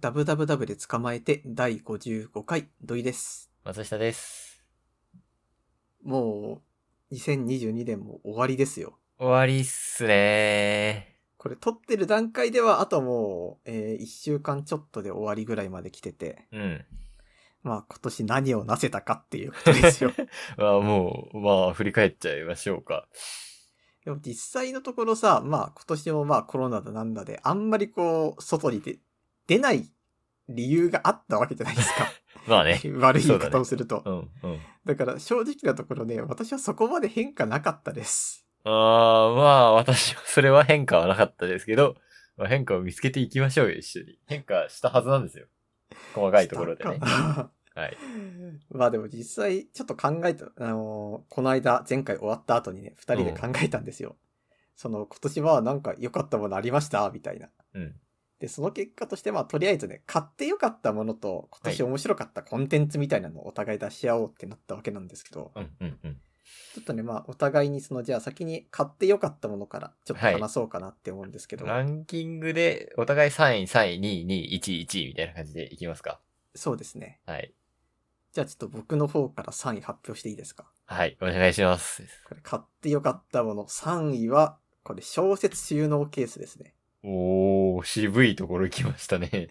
ダブダブダブで捕まえて第55回土井です。松下です。もう2022年も終わりですよ。終わりっすねこれ撮ってる段階ではあともう、え1週間ちょっとで終わりぐらいまで来てて、ー。うん。まあ今年何をなせたかっていうことです よ。まあもう、まあ振り返っちゃいましょうか。でも実際のところさ、まあ今年もまあコロナだなんだで、あんまりこう外に出出ない理由があったわけじゃないです か。まあね。悪い言い方をすると。うん、うん。だから正直なところね、私はそこまで変化なかったです。ああ、まあ私はそれは変化はなかったですけど、まあ、変化を見つけていきましょうよ、一緒に。変化したはずなんですよ。細かいところでねした。かはい。 まあでも実際、ちょっと考えた、あのーこの間、前回終わった後にね、二人で考えたんですよ。その、今年はなんか良かったものありましたみたいな。うん。で、その結果として、まあとりあえずね、買って良かったものと、今年面白かったコンテンツみたいなのをお互い出し合おうってなったわけなんですけど、うん、うん、うん。ちょっとね、まあお互いにその、じゃあ先に買って良かったものから、ちょっと話そうかなって思うんですけど、ランキングで、お互い3位、3位、2位、2位、1位、1位みたいな感じでいきますか。そうですね。はい。じゃあちょっと僕の方から3位発表していいですかはい、お願いします。これ買って良かったもの3位は、これ小説収納ケースですね。おー、渋いところ来ましたね。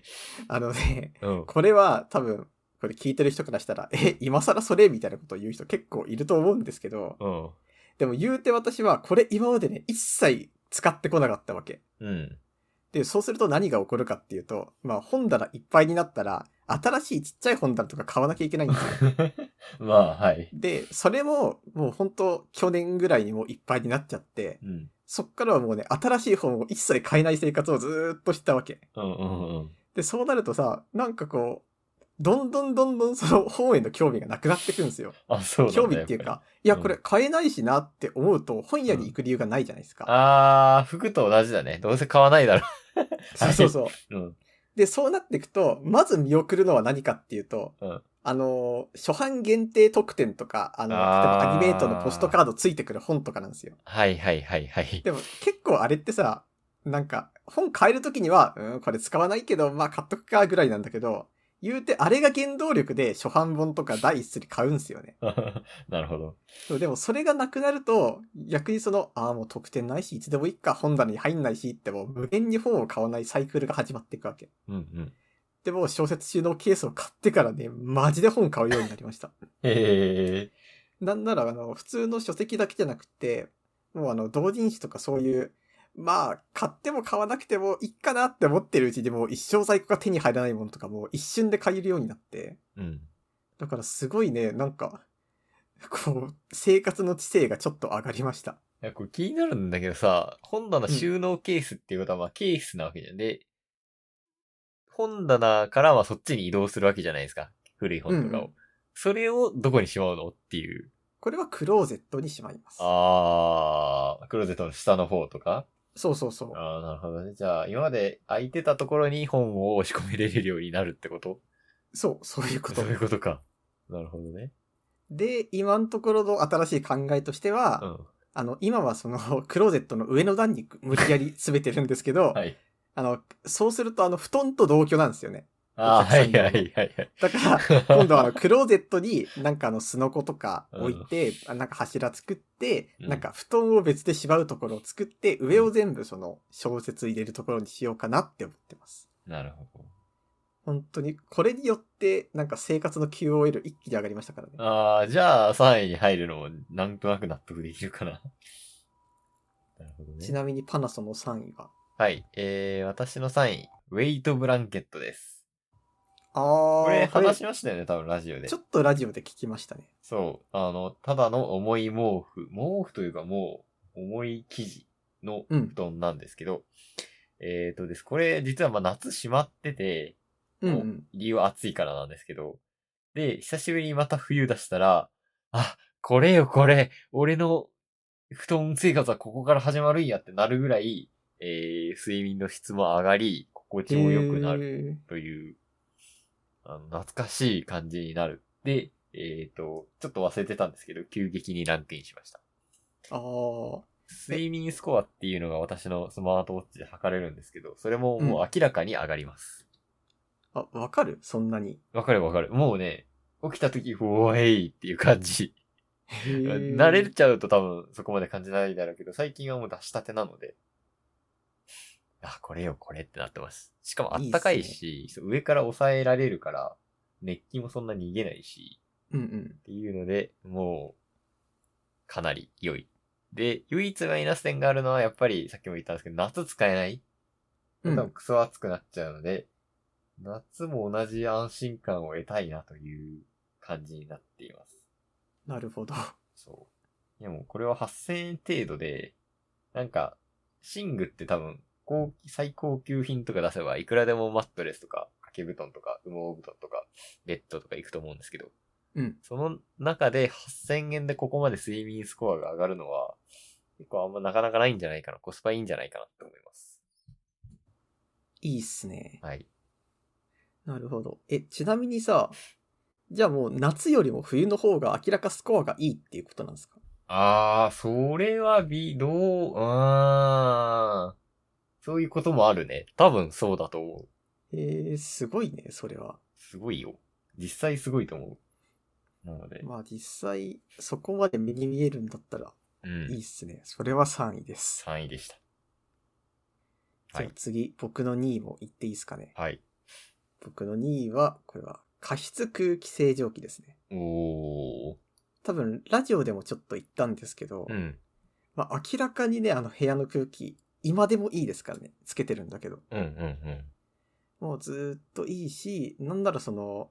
あのね、うん。これは多分、これ聞いてる人からしたら、え、今更それみたいなことを言う人結構いると思うんですけど、うん。でも言うて私はこれ今までね、一切使ってこなかったわけ。うん。で、そうすると何が起こるかっていうと、まあ本棚いっぱいになったら、新しいちっちゃい本棚とか買わなきゃいけないんですよ。 まあ、はい。で、それももう本当去年ぐらいにもういっぱいになっちゃって、うん。そっからはもうね、新しい本を一切買えない生活をずーっとしたわけ。うんうんうん。で、そうなるとさ、なんかこう、どんどんどんどんその本への興味がなくなってくんですよ。あ、そうなんだ興味っていう。やっか、いや、うんこれ買えないしなって思うと、本屋に行く理由がないじゃないですぱか。りあー、服と同じだね。どうせ買わないだろそうそうそう。う。うん。で、そうなっていくと、まず見送るのは何かっていうと、うんあのー、初版限定特典とか、あの、例えあーばアニメートのポストカードついてくる本とかなんですよ。はいはいはいはい。 でも結構あれってさ、なんか本買えるときには、うん、これ使わないけど、まあ買っとくかぐらいなんだけど、言うてあれが原動力で初版本とか第一すり買うんすよね。なるほど。そうでもそれがなくなると、逆にその、ああもう特典ないし、いつでもいいか、本棚に入んないしってもう無限に本を買わないサイクルが始まっていくわけ。うんうん。でもう小説収納ケースを買ってからね、マジで本買うようになりました。へえ。なんなら、あの、普通の書籍だけじゃなくて、もうあの、同人誌とかそういう、まあ、買っても買わなくてもいいかなって思ってるうちでもう一生在庫が手に入らないものとかも一瞬で買えるようになって、うん。だからすごいね、なんか、こう、生活の知性がちょっと上がりました。いや、これ気になるんだけどさ、本棚収納ケースっていうことは、まあ、ケースなわけじゃん。で、本棚からはそっちに移動するわけじゃないですか。古い本とかを。うんそれをどこにしまうのっていう。これはクローゼットにしまいます。あー、クローゼットの下の方とかそうそうそう。ああ、なるほどね。じゃあ、今まで空いてたところに本を押し込めれるようになるってことそう、そういうことそう。いうことか。 なるほどね。で、今のところの新しい考えとしては、うん。あの、今はその、クローゼットの上の段に無理やり詰めてるんですけど、はい。あの、そうするとあの、布団と同居なんですよね。ああ、お客さはんい用のはいはいはい。だ から、 今度はあの、クローゼットになんかあの、すのことか置いて、あなんか柱作って、うんなんか布団を別で縛るところを作って、上を全部その、小説入れるところにしようかなって思ってます。なるほど。本当に、これによって、なんか生活の QOL 一気に上がりましたからね。ああ、じゃあ3位に入るのもなんとなく納得できるかな。 なるほどちね。なみにパナソの3位は。はい。えー、私の3位、ウェイトブランケットです。あー、これこれ話しましたよね、多分ラジオでちょ。っとラジオで聞きましたね。そう。あの、ただの重い毛布、毛布というかもう、重い生地のうん布団なんですけど、えーとです。これ、実はまあ夏しまってて、うんうん。理由は暑いからなんですけど、で、久しぶりにまた冬出したら、あ、これよこれ、俺の布団生活はここから始まるんやってなるぐらい、えー、睡眠の質も上がり、心地も良くなるる。という、あの、懐かしい感じになる。で、えっ、と、ちょっと忘れてたんですけど、急激にランクインしました。あー。睡眠スコアっていうのが私のスマートウォッチで測れるんですけど、それももう明らかに上がります。あ、わかるそんなに。わかるわかる。もうね、起きた時、おーいっていう感じ。慣慣れちゃうと多分そこまで感じないだろうけど、最近はもう出したてなので。あ、これよ、これってなってます。しかもあったかいし、そう上から抑えられるから、熱気もそんな逃げないし、うんうん。っていうので、もう、かなり良い。で、唯一マイナス点があるのは、やっぱりさっきも言ったんですけど、夏使えないうん多分クソ暑くなっちゃうので、夏も同じ安心感を得たいなという感じになっています。なるほど。そう。いやもうこれは8000円程度で、なんか、寝具って多分、高級最高級品とか出せば、いくらでもマットレスとか、掛け布団とか、羽毛布団とか、ベッドとか行くと思うんですけど、うん。その中で8000円でここまで睡眠スコアが上がるのは、結構あんまなかなかないんじゃないかな、コスパいいんじゃないかなって思います。いいっすね。はい。なるほど。え、ちなみにさ、じゃあもう夏よりも冬の方が明らかスコアがいいっていうことなんですかあー、それは微動、うーん。そういうこともあるね。多分そうだと思う。えー、すごいね、それは。すごいよ。実際すごいと思う。なので、まあ実際、そこまで目に見えるんだったらういいん。っすね。それは3位です。 3位でした。はじゃあい。次、僕の2位も言っていいですかね。はい。僕の2位は、これは、加湿空気清浄機ですね。おー。多分、ラジオでもちょっと言ったんですけど、うん。まあ明らかにね、あの部屋の空気、今でもいいですからね、つけてるんだけど。うんうんうん。もうずーっといいし、なんならその、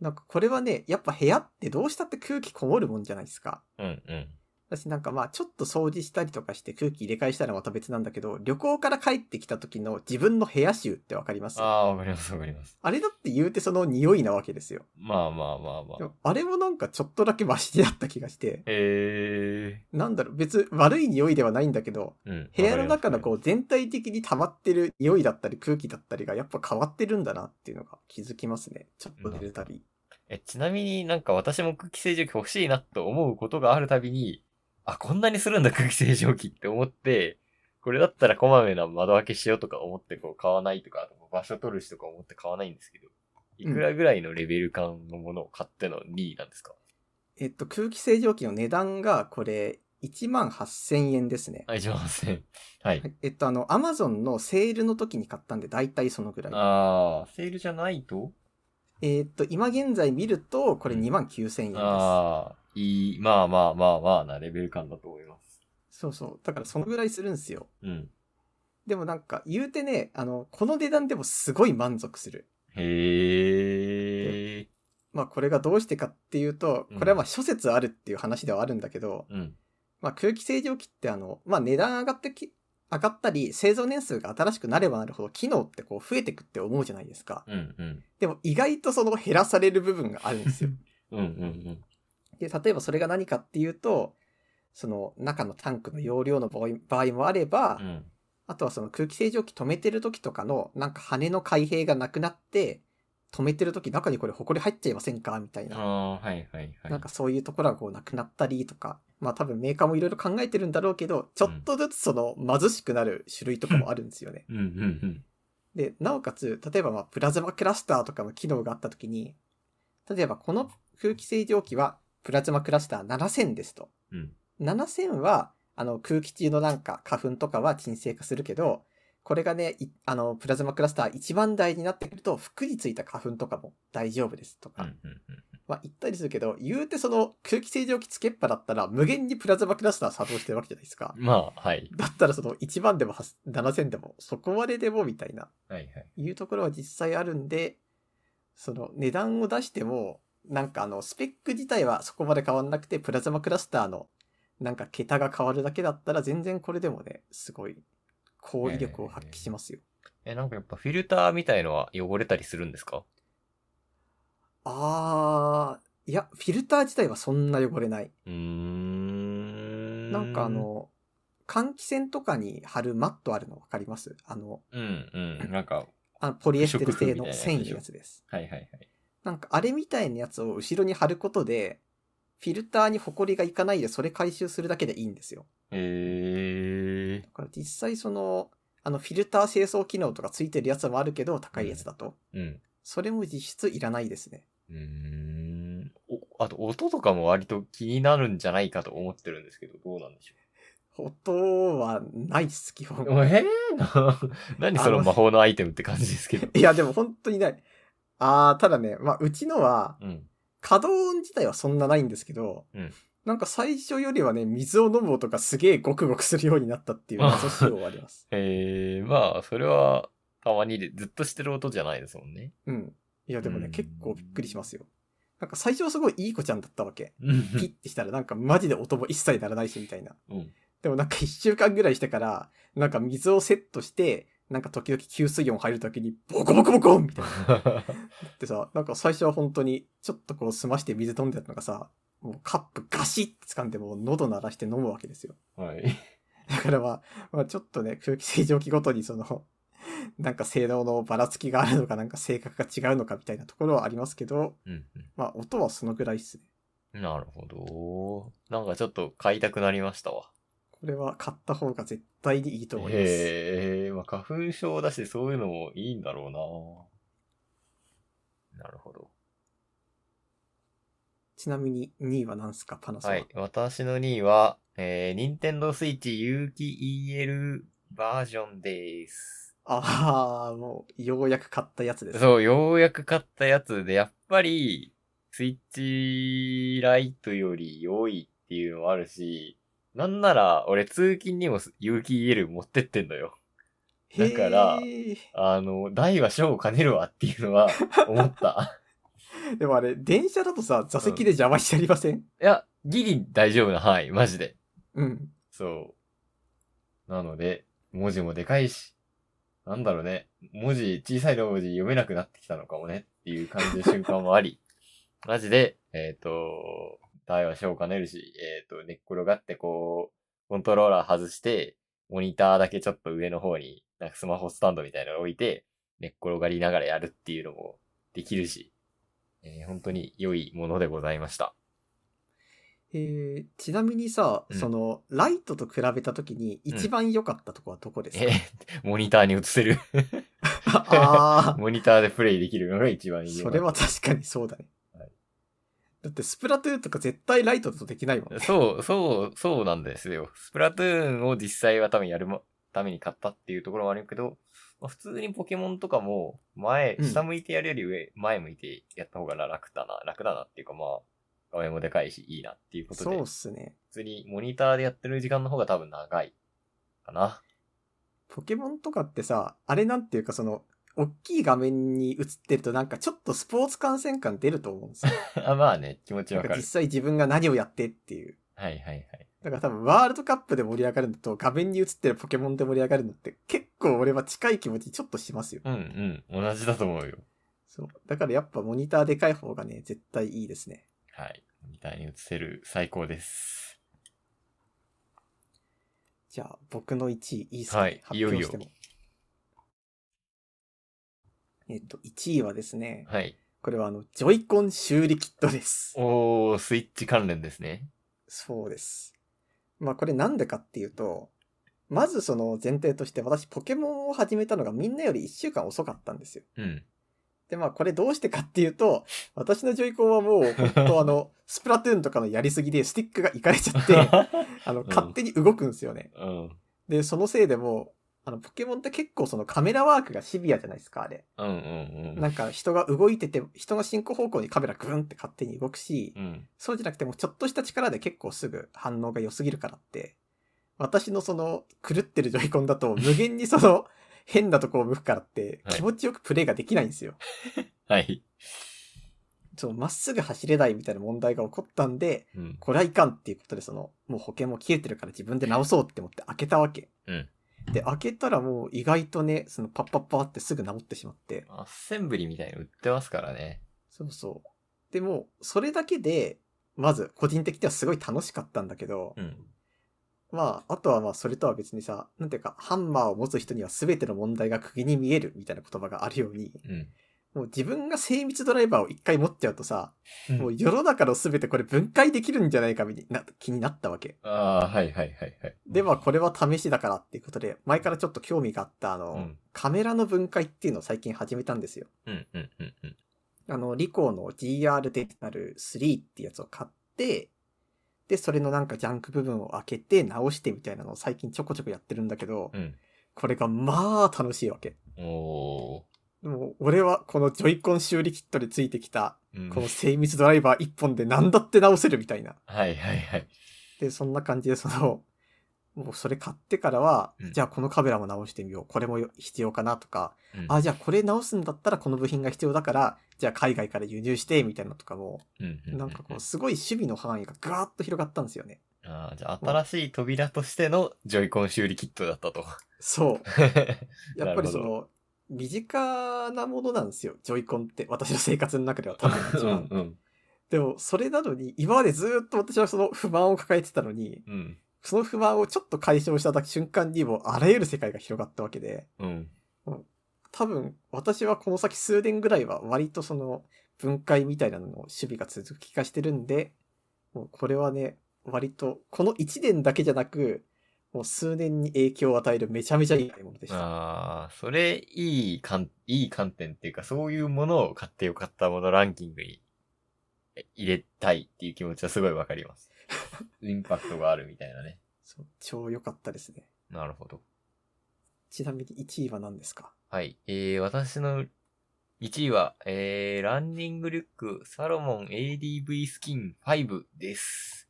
なんかこれはね、やっぱ部屋ってどうしたって空気こもるもんじゃないですか。うんうん。私なんかまあちょっと掃除したりとかして空気入れ替えしたらまた別なんだけど、旅行から帰ってきた時の自分の部屋臭ってわかりますああー、わかりますわかります。れだって言うてその匂いなわけですよ。まあまあまあまであ。もあれもなんかちょっとだけマシであった気がして、えなんだろう、別に悪い匂いではないんだけど、ー。うん。部屋の中のこう。う全体的に溜まってる匂いだったり空気だったりがやっぱ変わってるんだなっていうのが気づきますね。ちょっと寝るたび。え、ちなみになんか私も空気清浄機欲しいなと思うことがあるたびに、あ、こんなにするんだ空気清浄機って思って、これだったらこまめな窓開けしようとか思ってこう買わないとか、あと場所取るしとか思って買わないんですけど、いくらぐらいのレベル感のものを買っての2位なんですか、えっと、空気清浄機の値段がこれ1万8000円ですね。あ、一万せ ん。はい。えっと、あの、アマゾンのセールの時に買ったんで、だいたいそのぐらい。あー、セールじゃないとえっと、今現在見ると、これ2万9000円であー、いい、まあまあまあまあなレベル感だと思います。す。そうそう。だからそのぐらいするんですよ。うん。でもなんか、言うてね、あの、この値段でもすごい満足する。へー。まあ、これがどうしてかっていうと、これはまあ諸説あるっていう話ではあるんだけど、うん。まあ、空気清浄機ってあの、まあ、値段上がってき、上がったり、製造年数が新しくなればなるほど、機能ってこう増えてくって思うじゃないですか。うんうん。でも意外とその減らされる部分があるんですよ。うんうんうん。 で、例えばそれが何かっていうと、その中のタンクの容量の場合場合もあれば、うん。あとはその空気清浄機止めてる時とかの、なんか羽の開閉がなくなって、止めてる時中にこれ埃入っちゃいませんかみたいな。ああー、はいはいはい。なんかそういうところがこうなくなったりとか、まあ多分メーカーもいろいろ考えてるんだろうけど、ちょっとずつその貧しくなる種類とかもあるんですよね。うんうんで、なおかつ、例えばまあプラズマクラスターとかの機能があった時に、例えばこの空気清浄機はプラズマクラスター7000ですと。うん。うん。 7000はあの空気中のなんか花粉とかは沈静化するけど、これがね、いあのプラズマクラスター1万台になってくると服についた花粉とかも大丈夫ですとうか、んうんまあ言ったりするけど、言うてその空気清浄機つけっぱだったら無限にプラズマクラスター作動してるわけじゃないですかう。ん。まあ、はい。だったらその1万でも8 7000でもそこまででもみたいな、はいはい。いうところは実際あるんで、その値段を出しても、なんかあのスペック自体はそこまで変わんなくて、プラズマクラスターのなんか桁が変わるだけだったら全然これでもね、すごい、好威力を発揮しますよ。え、なんかやっぱフィルターみたいのは汚れたりするんですかあー、いや、フィルター自体はそんな汚れない。うーん。なんかあ、の、換気扇とかに貼るマットあるの分かりますあの、うんうん。なんか、はいあポリエステル製の不織布みたいなや繊つで維しょのやつです。はいはい。なんかあれみたいなやつを後ろに貼ることで、フィルターにホコリがいかないでそれ回収するだけでいいんですよ。へえだから実際その、あの、フィルター清掃機能とかついてるやつもあるけど、高いやつだと。うん。それも実質いらないですね。うーん。お、あと音とかも割と気になるんじゃないかと思ってるんですけど、どうなんでしょ音はないっす、基う。本。えー、な、 何その魔法のアイテムって感じですけど。いや、でも本当にない。あー、ただね、まあ、うちのは、 うん。可動音自体はそんなないんですけど、うんなんか最初よりはね、水を飲む音がすげえゴクゴクするようになったっていう謎仕様はあります。えー、まあ、それは、たまにで、ずっとしてる音じゃないですもん ね。うん。いや、でもね、うん結構びっくりしますよ。なんか最初はすごいいい子ちゃんだったわけ。うんピッてしたらなんかマジで音も一切鳴らないしみたいな。うん。でもなんか一週間ぐらいしてから、なんか水をセットして、なんか時々給水音入るときにボコボコボコンみたいな。ってさ、なんか最初は本当に、ちょっとこう済まして水飲んでたのがさ、もうカップガシッって掴んでもう喉鳴らして飲むわけですよ。はい。だからまあ、まあちょっとね、空気清浄機ごとにその、 なんか性能のばらつきがあるのか、なんか性格が違うのかみたいなところはありますけど、うんうんまあ音はそのぐらいっすね。なるほど。なんかちょっと買いたくなりましたわ。これは買った方が絶対にいいと思います。へえ、まあ花粉症だしそういうのもいいんだろうな。なるほど。ちなみに2位は何すか、パナソは。はい。私の2位は、えー、任天堂スイッチ有機 EL バージョンです。ああ、もう、ようやく買ったやつです。そう、ようやく買ったやつで、やっぱり、スイッチライトより良いっていうのもあるし、なんなら、俺通勤にも有機 EL 持ってってんのよ。へーだからあの、大は小を兼ねるわっていうのは思った。でもあれ、電車だとさ、座席で邪魔しちゃいませんいや、ギリ大丈夫な範囲、マジで。うん。そう。なので、文字もでかいし、なんだろうね、文字、小さい文字読めなくなってきたのかもねっていう感じの瞬間もあり、マジで、えっ、と、台は小を兼ねるし、えっ、と、寝っ転がってこう、コントローラー外して、モニターだけちょっと上の方に、なんかスマホスタンドみたいなのを置いて、寝っ転がりながらやるっていうのもできるし、えー本当に良いものでございました。えーちなみにさ、うんその、ライトと比べたときに一番良かったとこはどこですか、えーモニターに映せる。 あモニターでプレイできるのが一番あ、いい。それは確かにそうだね。はいだって、スプラトゥーンとか絶対ライトだとできないもんね。そう、そう、そうなんですよ。スプラトゥーンを実際は多分やるまために買ったっていうところもあるけど、まあ普通にポケモンとかも前、うん下向いてやるより上、前向いてやった方が楽だな、楽だなっていうかまあ、画面もでかいしいいなっていうことそうでっ、すね。普通にモニターでやってる時間の方が多分長いかな。 ポケモンとかってさ、あれなんていうかその、大きい画面に映ってるとなんかちょっとスポーツ観戦感出ると思うん ですよ。あまあね、気持ちなんわかか実る。際自分が何をやってっていう。はいはいはい。だから多分ワールドカップで盛り上がるのと画面に映ってるポケモンで盛り上がるのって結構俺は近い気持ちちょっとしますよ。うんうん、同じだと思うよ。そう。だからやっぱモニターでかい方がね、絶対いいですね。はい。モニターに映せる、最高です。じゃあ僕の1位いいですか、ねはい発表しても。えっと、1位はですね、はい。これはあの、ジョイコン修理キットです。おー、スイッチ関連ですね。そうです。まあこれなんでかっていうと、まずその前提として私ポケモンを始めたのがみんなより1週間遅かったんですよ。うん。でまあこれどうしてかっていうと、私のジョイコンはもう本当あ の、スプラトゥーンとかのやりすぎでスティックがいかれちゃって、あの、ん勝手に動くんですよね。うん。で、そのせいでもう、あの、ポケモンって結構そのカメラワークがシビアじゃないですか、あれ。うんうんうん。なんか人が動いてて、人の進行方向にカメラグーンって勝手に動くし、うん。そうじゃなくてもちょっとした力で結構すぐ反応が良すぎるからって、私のその狂ってるジョイコンだ と無限にその変なとこを向くからってはい気持ちよくプレイができないんですよ。はい。そう、まっすぐ走れないみたいな問題が起こったんで、うん。これはいかんっていうことでその、もう保険も消えてるから自分で直そうって思って開けたわけ。うんで、開けたらもう意外とね、そのパッパッパーってすぐ直ってしまって。アッセンブリみたいなの売ってますからね。そうそう。でも、それだけで、まず個人的にはすごい楽しかったんだけど、うん。まあ、あとはまあそれとは別にさ、なんていうか、ハンマーを持つ人には全ての問題が釘に見えるみたいな言葉があるように、うん。もう自分が精密ドライバーを一回持っちゃうとさ、うんもう世の中の全てこれ分解できるんじゃないかみたいな気になったわけ。ああ、はいはいはいはい。で、まあこれは試しだからっていうことで、前からちょっと興味があったあの、うんカメラの分解っていうのを最近始めたんですよ。うんうんうんうん。あの、リコーの GR デジタル3ってやつを買って、で、それのなんかジャンク部分を開けて直してみたいなのを最近ちょこちょこやってるんだけど、うん。これがまあ楽しいわけ。おもう俺はこのジョイコン修理キットでついてきた、ー。うん、この精密ドライバー一本で何だって直せるみたいな。はいはいはい。で、そんな感じでその、 もうそれ買ってからは、うんじゃあこのカメラも直してみよう。これも必要かなとか、うんあ、じゃあこれ直すんだったらこの部品が必要だから、じゃあ海外から輸入して、みたいなのとかも、うんううなんかこう、すごい趣味の範囲がガーッと広がったんですよね。ああ、じゃあ新しい扉としてのジョイコン修理キットだっ たと。そう。 やっぱりそなるの、身近なものなんですよ。ジョイコンって。私の生活の中では多分一番。 うんでも、それなのに、今までずーっと私はその不満を抱えてたのに、うん。その不満をちょっと解消した瞬間にもうあらゆる世界が広がったわけで、うん。多分私はこの先数年ぐらいは割とその分解みたいなのの守備が続く気がしてるんで、もうこれはね、割とこの1年だけじゃなく、もう数年に影響を与えるめちゃめちゃいい買い物でした。ああ、それ、いい観、いい観点っていうか、そういうものを買ってよかったものランキングにえ入れたいっていう気持ちはすごいわかり ます。インパクトがあるみたいなね。そう超良かったですね。なるほど。ちなみに1位は何ですかはい。えー、私の1位は、えー、ランニングリュックサロモン ADV スキン5です。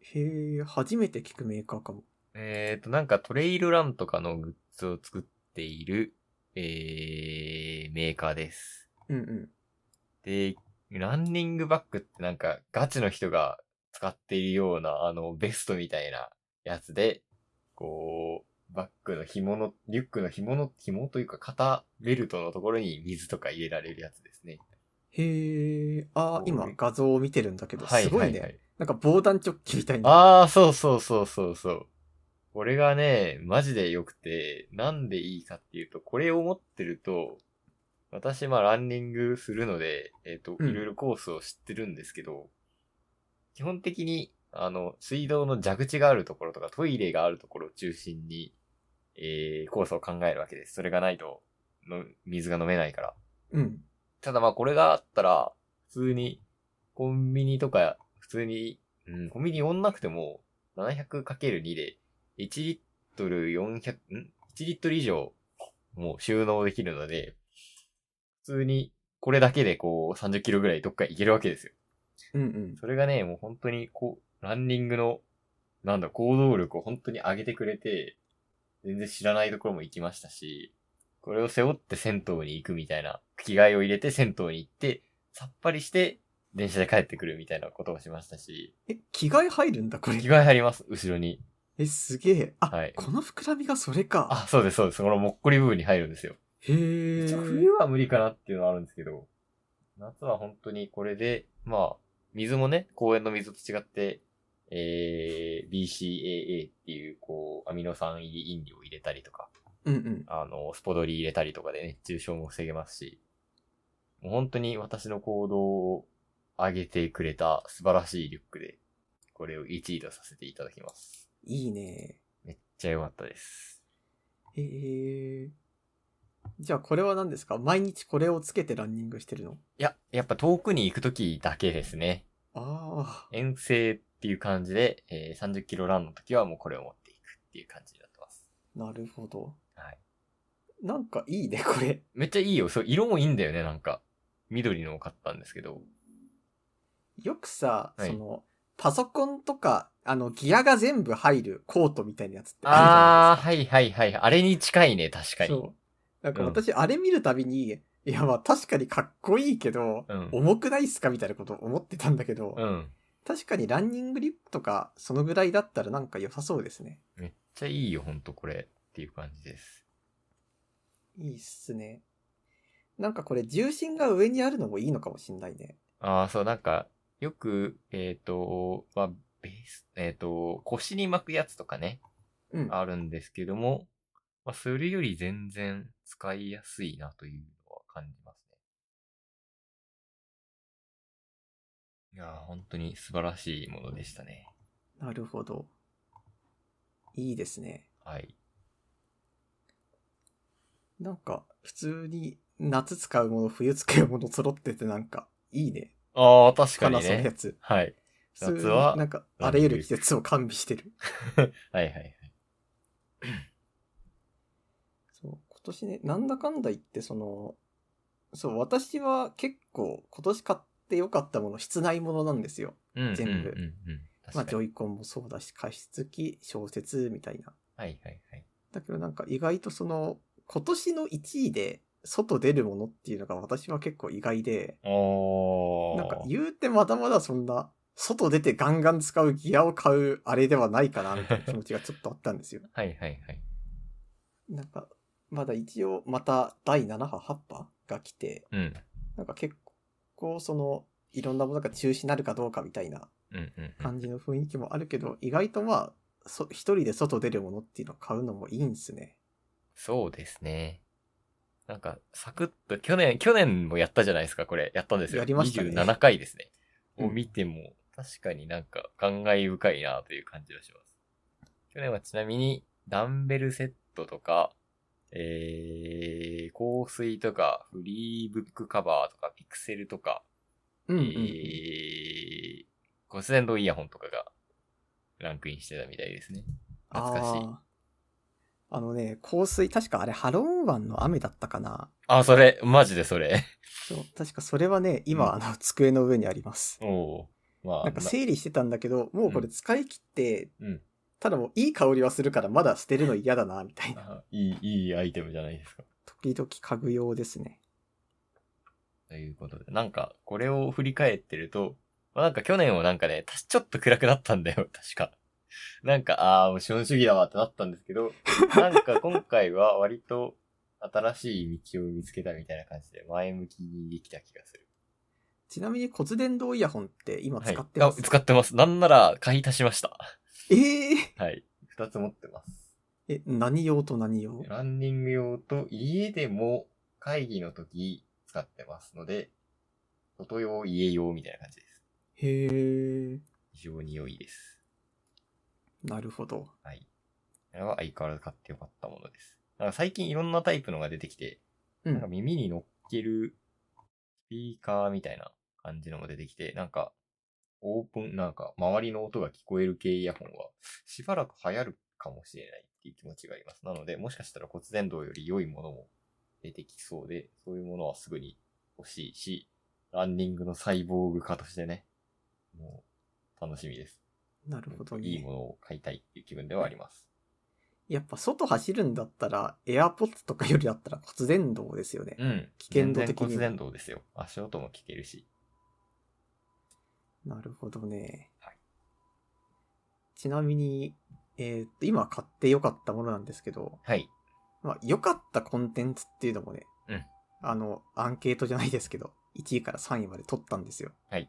へえ、初めて聞くメーカーかも。えっ、と、なんかトレイルランとかのグッズを作っている、えー、メーカーです。うんうん。で、ランニングバッグってなんかガチの人が使っているような、あの、ベストみたいなやつで、こう、バッグの紐の、リュックの紐の、紐というか肩ベルトのところに水とか入れられるやつですね。へえ、あー今画像を見てるんだけど、すごいね。い。なんか防弾チョッキみたいな。ああ、そうそうそうそうそう。これがね、マジで良くて、なんでいいかっていうと、これを持ってると、私、まあ、ランニングするので、えっ、と、うんいろいろコースを知ってるんですけど、基本的に、あの、水道の蛇口があるところとか、トイレがあるところを中心に、えー、コースを考えるわけです。それがないと、の水が飲めないから。うん。ただまあこれがあったら、普通に、コンビニとか、普通に、うん、コンビニ寄んなくても、700×2 で、1リットル400、ん ?1 リットル以上、もう収納できるので、普通に、これだけでこう、30キロぐらいどっか行けるわけですよ。うんうん。それがね、もう本当に、こう、ランニングの、なんだ、行動力を本当に上げてくれて、全然知らないところも行きましたし、これを背負って銭湯に行くみたいな、着替えを入れて銭湯に行って、さっぱりして、電車で帰ってくるみたいなことをしましたし、え、着替え入るんだ、こ着れ。替え入ります、後ろに。え、すげえ。あ、はいこの膨らみがそれか。あ、そうです、そうです。このもっこり部分に入るんですよ。へえ。一応冬は無理かなっていうのはあるんですけど、夏は本当にこれで、まあ、水もね、公園の水と違って、えー、BCAA っていう、こう、アミノ酸入り飲料を入れたりとか、うんうん。あの、スポドリ入れたりとかで熱中症も防げますし、もう本当に私の行動を上げてくれた素晴らしいリュックで、これを1位とさせていただきます。いいね。めっちゃ良かったです。へえ。じゃあこれは何ですか毎日これをつけてランニングしてるのいや、やっぱ遠くに行くときだけですね。ああ。遠征っていう感じで、えー30キロランの時はもうこれを持っていくっていう感じになってます。なるほど。はい。なんかいいね、これ。めっちゃいいよ。そう、色もいいんだよね、なんか。緑のを買ったんですけど。よくさ、はいその、パソコンとか、あの、ギアが全部入るコートみたいなやつってるじゃないですかあー、はいはいはい。あれに近いね、確かに。そう。なんか私、あれ見るたびに、いやまあ確かにかっこいいけど、うん重くないっすかみたいなこと思ってたんだけど、うん。確かにランニングリップとか、そのぐらいだったらなんか良さそうですね。めっちゃいいよ、ほんとこれ。っていう感じです。いいっすね。なんかこれ重心が上にあるのもいいのかもしんないね。あー、そう、なんか、よく、えっ、と、まあ、ベース、えっ、と、腰に巻くやつとかね、うん。あるんですけども、まあ、それより全然使いやすいなというのは感じますね。やー本当に素晴らしいものでしたね。なるほど。いいですね。はい。なんか、普通に夏使うもの、冬使うもの揃っててなんか、いいね。ああ、確かにカナソのやね。つ。はい。普通に夏はなんか、あらゆる季節を完備してる。はいはいはい。そう、今年ね、なんだかんだ言って、その、そう、私は結構今年買って良かったもの、室内ものなんですよ。うんうん全部うんうん。まあ、確ジかにョイコンもそうだし、加湿器、小説みたいな。はいはいはい。だけどなんか意外とその、今年の1位で外出るものっていうのが私は結構意外で、おー。なんか言うてまだまだそんな、外出てガンガン使うギアを買うあれではないかな、みたいな気持ちがちょっとあったんですよ。 はいはいはい。なんか、まだ一応また第7波、8波が来て、うん。なんか結構その、いろんなものが中止になるかどうかみたいなうんうんうん。感じの雰囲気もあるけど、意外とまあ、そ一人で外出るものっていうのを買うのもいいんすね。そうですね。なんか、サクッと、去年、去年もやったじゃないですか、これ。やったんですよ。やりましたね27回ですね。うんを見ても、確かになんか、感慨深いなという感じがします。去年はちなみに、ダンベルセットとか、えー、香水とか、フリーブックカバーとか、ピクセルとか、うんうんうん、えー、ゴスレンドイヤホンとかが、ランクインしてたみたいですね。懐かしい。あーあのね、香水、確かあれ、ハロン湾の雨だったかな。あ、それ、マジでそれ。そう、確かそれはね、今、あの、机の上にあります。おおー。まあ、なんか整理してたんだけど、もうこれ使い切って、うんただもういい香りはするからまだ捨てるの嫌だな、みたいな。あ いい、いいアイテムじゃないですか。時々家具用ですね。ということで、なんか、これを振り返ってると、まあ、なんか去年はなんかね、たちょっと暗くなったんだよ、 確か。なんか、ああ、もう資本主義だわってなったんです けど、なんか今回は割と新しい道を見つけたみたいな感じで、前向きにできた気がする。ちなみに骨伝導イヤホンって今使ってはまい、す、あ使ってます。なんなら買い足しました。ええはい。二つ持ってます。え、何用と何用ランニング用と家でも会議の時使ってますので、外用、家用みたいな感じです。へえ、非常に良いです。なるほど。はい。これは相変わらず買ってよかったものです。なんか最近いろんなタイプのが出てきて、うなんかん。耳に乗っけるスピーカーみたいな感じのも出てきて、なんかオープン、なんか周りの音が聞こえる系イヤホンはしばらく流行るかもしれないっていう気持ちがあります。なので、もしかしたら骨伝導より良いものも出てきそうで、そういうものはすぐに欲しいし、ランニングのサイボーグ化としてね、もう楽しみです。なるほど、ね。いいものを買いたいっていう気分ではあります。やっぱ外走るんだったら、エアポッドとかよりだったら骨伝導ですよね。うん。危険度的に全然骨伝導ですよ。足音も聞けるし。なるほどね。はいちなみに、えーっと、今買って良かったものなんですけど、はい。まあ、良かったコンテンツっていうのもね、うんあの、アンケートじゃないですけど、1位から3位まで取ったんですよ。はい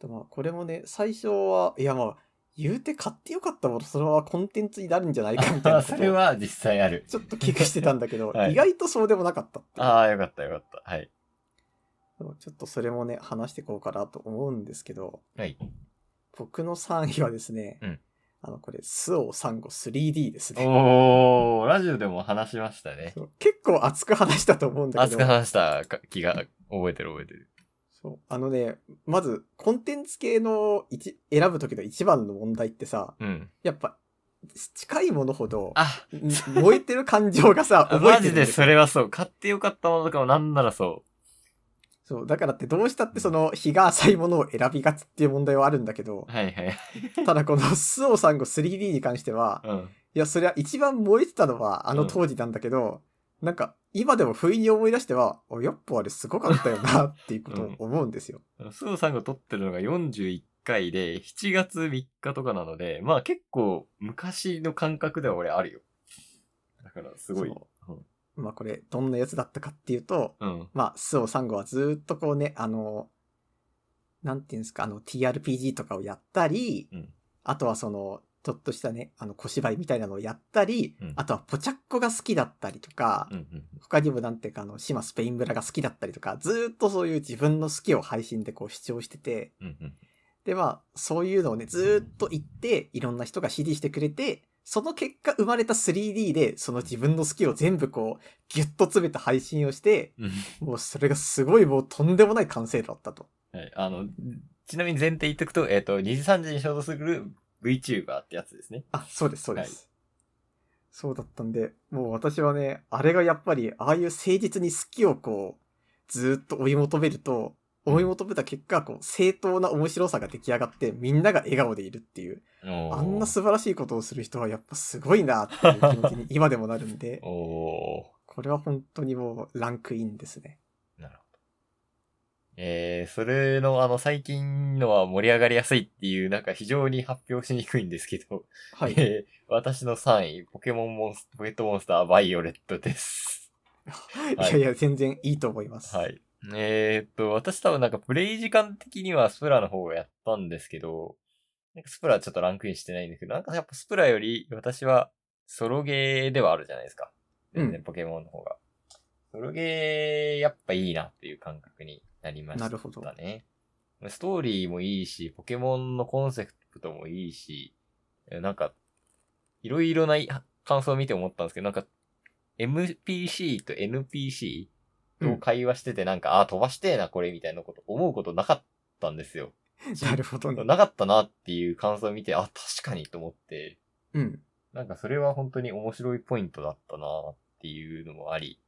で。まあ、これもね、最初は、いやまあ、言うて買って良かったもの、そのままコンテンツになるんじゃないかみたいな あこと そをれは実際ある。ちょっと危惧してたんだけど、はい意外とそうでもなかったっていう ああ、よかったよかった。はい。ちょっとそれもね、話していこうかなと思うんですけど、はい。僕の3位はですね、うんあの、これ、スオサンゴ 3D ですね。おー、ラジオでも話しましたね。そう結構熱く話したと思うんだけ熱どく、話したか気が覚えてる覚えてる。そうあのね、まず、コンテンツ系の一選ぶ時の一番の問題ってさ、うん。やっぱ、近いものほど、あ、ん燃えてる感情が さ、覚えマてるジんだよでそれはそう。買ってよかったものとかもなんならそそう、だからってどうしたってその、日が浅いものを選びがちっていう問題はあるんだけどう。、はいはい。ただこのスオサンゴ 3D に関しては、うん。いや、そりゃ一番燃えてたのはあの当時なんだけど、なんか今でも不意に思い出しては、おやっぱあれすごかったよなっていうことを思うんですよ。スーさんが撮ってるのが41回で、7月3日とかなので、まあ結構昔の感覚では俺あるよ。だからすごい。そうまあこれ、どんなやつだったかっていうと、うん。まあ、スオサンゴはずーっとこうね、あの、なんていうんですか、あの TRPG とかをやったり、うんあとはそのちょっとしたね、あの小芝居みたいなのをやったり、うんあとはポチャッコが好きだったりとか、うんうん他にもなんていうかあの、島スペイン村が好きだったりとか、ずーっとそういう自分の好きを配信でこう主張してて、うんうんで、まあ、そういうのをね、ずーっと言って、いろんな人が CD してくれて、その結果生まれた 3D で、その自分の好きを全部こう、ギュッと詰めた配信をして、うん。もうそれがすごいもうとんでもない完成度だったと。はい。あの、ちなみに前提言っとくと、えっ、と、2時3時に衝突する VTuber ってやつですね。あ、そうです、そうです。そうだったんで、もう私はね、あれがやっぱり、ああいう誠実に好きをこう、ずーっと追い求めると、追い求めた結果、こう、正当な面白さが出来上がって、みんなが笑顔でいるっていう、ああんな素晴らしいことをする人はやっぱすごいなっていう気持ち に今でもなるんで、おおこれは本当にもうランクインですね。ーなるほど。えー、それの、あの、最近のは盛り上がりやすいっていう、なんか非常に発表しにくいんですけど、は い。えー 私の3位、ポケモンモンス、ポケットモンスター、バイオレットです。いやいや、全然いいと思います。は。い。えーっと、私多分なんかプレイ時間的にはスプラの方がやったんですけど、なんかスプラはちょっとランクインしてないんですけど、なんかやっぱスプラより私はソロゲーではあるじゃないですか。全然うんポケモンの方が。ソロゲーやっぱいいなっていう感覚になりましたね。なるほどストーリーもいいし、ポケモンのコンセプトもいいし、えなんか、いろいろない感想を見て思ったんですけど、なんか、MPC と NPC うとん会話しててなんか、あー飛ばしてえな、これ、みたいなこと、思うことなかった んですよ。 なるほど ね。なかったなっていう感想を見て、あ、確かにと思って、うん。なんかそれは本当に面白いポイントだったなっていうのもあり、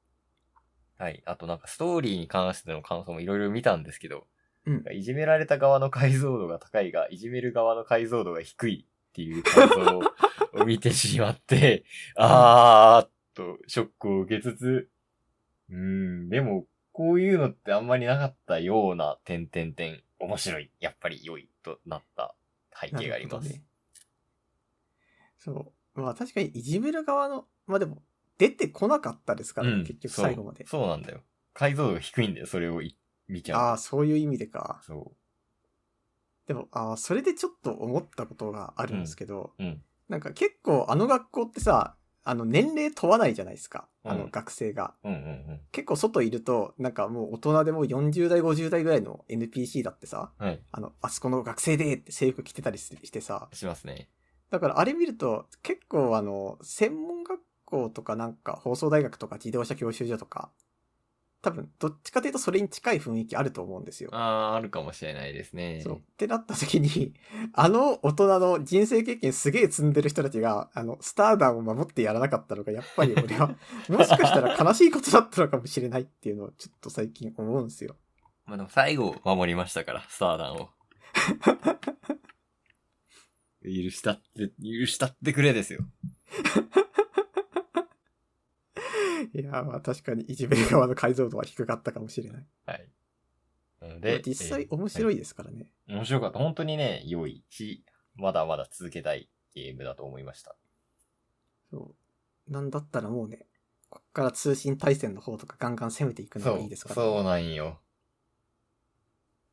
はい。あとなんかストーリーに関しての感想もいろいろ見たんですけど、うん。いじめられた側の解像度が高いが、いじめる側の解像度が低いっていう感想をを見てし まって、あーっと、ショックを受けつつ、うーん、でも、こういうのってあんまりなかったような、点々点、面白い、やっぱり良いとなった背景がありまなるほどす。ね。そう。まあ確かにいじめる側の、まあでも出てこなかったですから、ねうん結局最後まで。そう。そうなんだよ。解像度が低いんだよ、それをい見ちゃうと。ああ、そういう意味でか。そでも、ああ、それでちょっと思ったことがあるんですけど、う。うん。なんか結構あの学校ってさ、あの年齢問わないじゃないですか。あうのん学生が。うんうん結構外いると、なんかもう大人でも40代、50代ぐらいの NPC だってさ、うん。はい。あの、あそこの学生でって制服着てたりしてさ、しますね。だからあれ見ると、結構あの、専門学校とかなんか放送大学とか自動車教習所とか、多分どっちかというとそれに近い雰囲気あると思うんですよ。あー、あるかもしれないですね。そう。っ。てなった時に、 あの大人の人生経験すげえ積んでる人たちが、あの、スターダムを守ってやらなかったのが、やっぱり俺は、もしかしたら悲しいことだったのかもしれないっていうのをちょっと最近思うんですよ。まあでも最後守りましたから、スターダン を。許したって、許したってくれですよ。いやー、まあ確かにいじめる側の解像度は低かったかもしれない。はい。なのでで、、実際えー面白いですからね。面白かった。本当にね、良いし、まだまだ続けたいゲームだと思いました。そう。なんだったらもうね、こっから通信対戦の方とかガンガン攻めていくのそがう、いいですから、そうなんよ。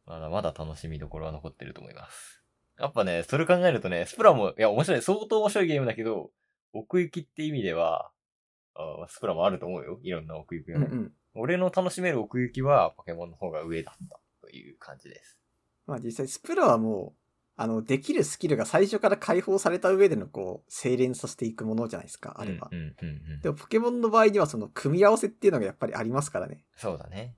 まだまだ楽しみどころは残ってると思います。やっぱね、それ考えるとね、スプラも、いや、面白い、相当面白いゲームだけど、奥行きって意味では、あスプラもあると思うよ。いろんな奥行きがうんね。うん。俺の楽しめる奥行きはポケモンの方が上だったという感じです。まあ実際スプラはもう、あの、できるスキルが最初から解放された上でのこう、精錬させていくものじゃないですか、あれは。うんうんうんうんでもポケモンの場合にはその組み合わせっていうのがやっぱりありますからね。そうだね。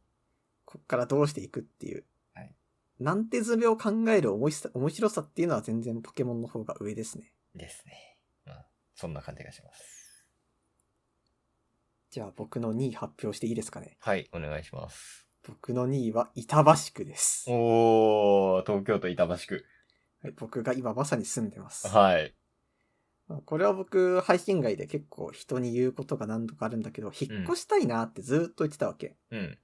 こっからどうしていくっていう。はいなんて詰めを考える面白さ面白さっていうのは全然ポケモンの方が上ですね。ですね。うん。そんな感じがします。じゃあ僕の2位発表していいですかね。はい、お願いします。僕の2位は板橋区です。おー、東京都板橋区。はい僕が今まさに住んでます。はい。まあこれは僕、配信外で結構人に言うことが何度かあるんだけど、引っ越したいなってずーっと言ってたわけ。うん。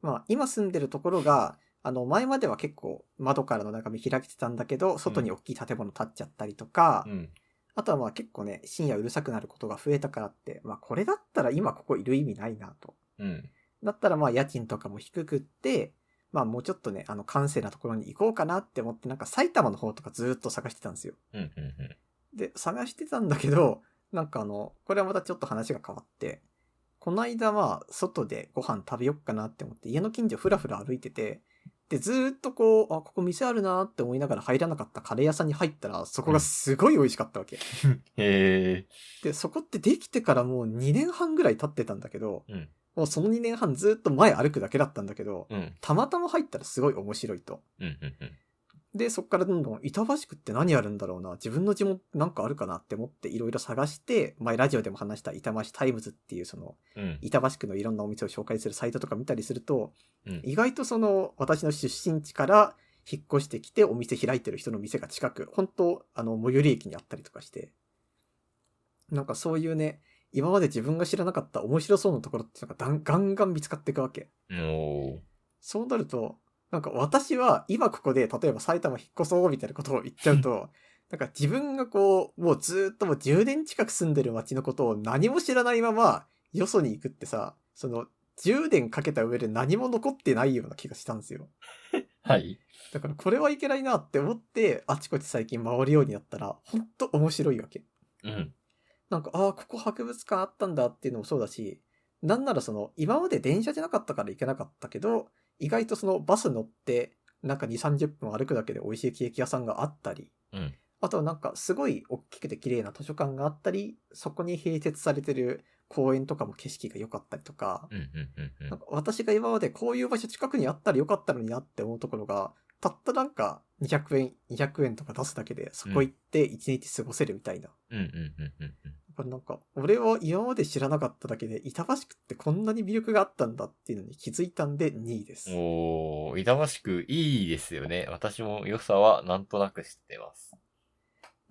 まあ、今住んでるところが、あの、前までは結構窓からの眺め開けてたんだけど、外に大きい建物建っちゃったりとか、うん。あとはまあ結構ね、深夜うるさくなることが増えたからって、まあこれだったら今ここいる意味ないなと。うん。だったらまあ家賃とかも低くって、まあもうちょっとね、あの、閑静なところに行こうかなって思って、なんか埼玉の方とかずーっと探してたんですよ。うん。うん。うん。で、探してたんだけど、なんかあの、これはまたちょっと話が変わって、こないだまあ、外でご飯食べよっかなって思って、家の近所ふらふら歩いてて、で、ずーっとこう、あ、ここ店あるなーって思いながら入らなかったカレー屋さんに入ったら、そこがすごい美味しかったわけ。へで、そこってできてからもう2年半ぐらい経ってたんだけど、え。うん。もうその2年半ずーっと前歩くだけだったんだけど、うん。たまたま入ったらすごい面白いと。うん。うん。うん。で、そっからどんどん、板橋区って何あるんだろうな、自分の地元なんかあるかなって思っていろいろ探して、前ラジオでも話した板橋タイムズっていうその、うん。板橋区のいろんなお店を紹介するサイトとか見たりすると、うん意外とその、私の出身地から引っ越してきてお店開いてる人の店が近く、本当あの、最寄り駅にあったりとかして、なんかそういうね、今まで自分が知らなかった面白そうなところっていうのがだんガンガン見つかっていくわけ。おーそうなると、なんか私は今ここで例えば埼玉引っ越そうみたいなことを言っちゃうと、なんか自分がこう、もうずーっともう10年近く住んでる街のことを何も知らないまま、よそに行くってさ、その10年かけた上で何も残ってないような気がしたんですよ。はい。だからこれはいけないなって思って、あちこち最近回るようになったら、ほんと面白いわけ。うん。なんか、ああ、ここ博物館あったんだっていうのもそうだし、なんならその、今まで電車じゃなかったから行けなかったけど、意外とそのバス乗って、なんか2、30分歩くだけで美味しいケーキ屋さんがあったり、うんあとはなんかすごい大きくて綺麗な図書館があったり、そこに併設されてる公園とかも景色が良かったりとか、うん。うん。うん。うなんん。か私が今までこういう場所近くにあったら良かったのになって思うところが、たったなんか200円、200円とか出すだけで、そこ行って1日過ごせるみたいな。うん。うん。うん。うん。これなんか、俺は今まで知らなかっただけで、板橋区ってこんなに魅力があったんだっていうのに気づいたんで2位です。おー、板橋区いいですよね。私も良さはなんとなく知ってます。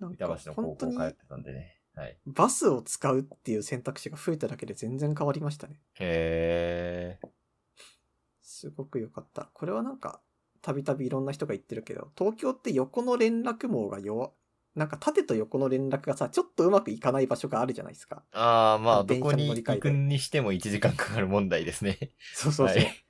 なん板か橋の本高当校に通ってたんでね。はい。バスを使うっていう選択肢が増えただけで全然変わりましたね。へすごく良かった。これはなんか、たびたびいろんな人が言ってるけど、東京って横の連絡網が弱、なんか縦と横の連絡がさ、ちょっとうまくいかない場所があるじゃないですか。ー。あー、まあ、ど電車このに乗り換え行でくにしても1時間かかる問題ですね。そうそうそう。はい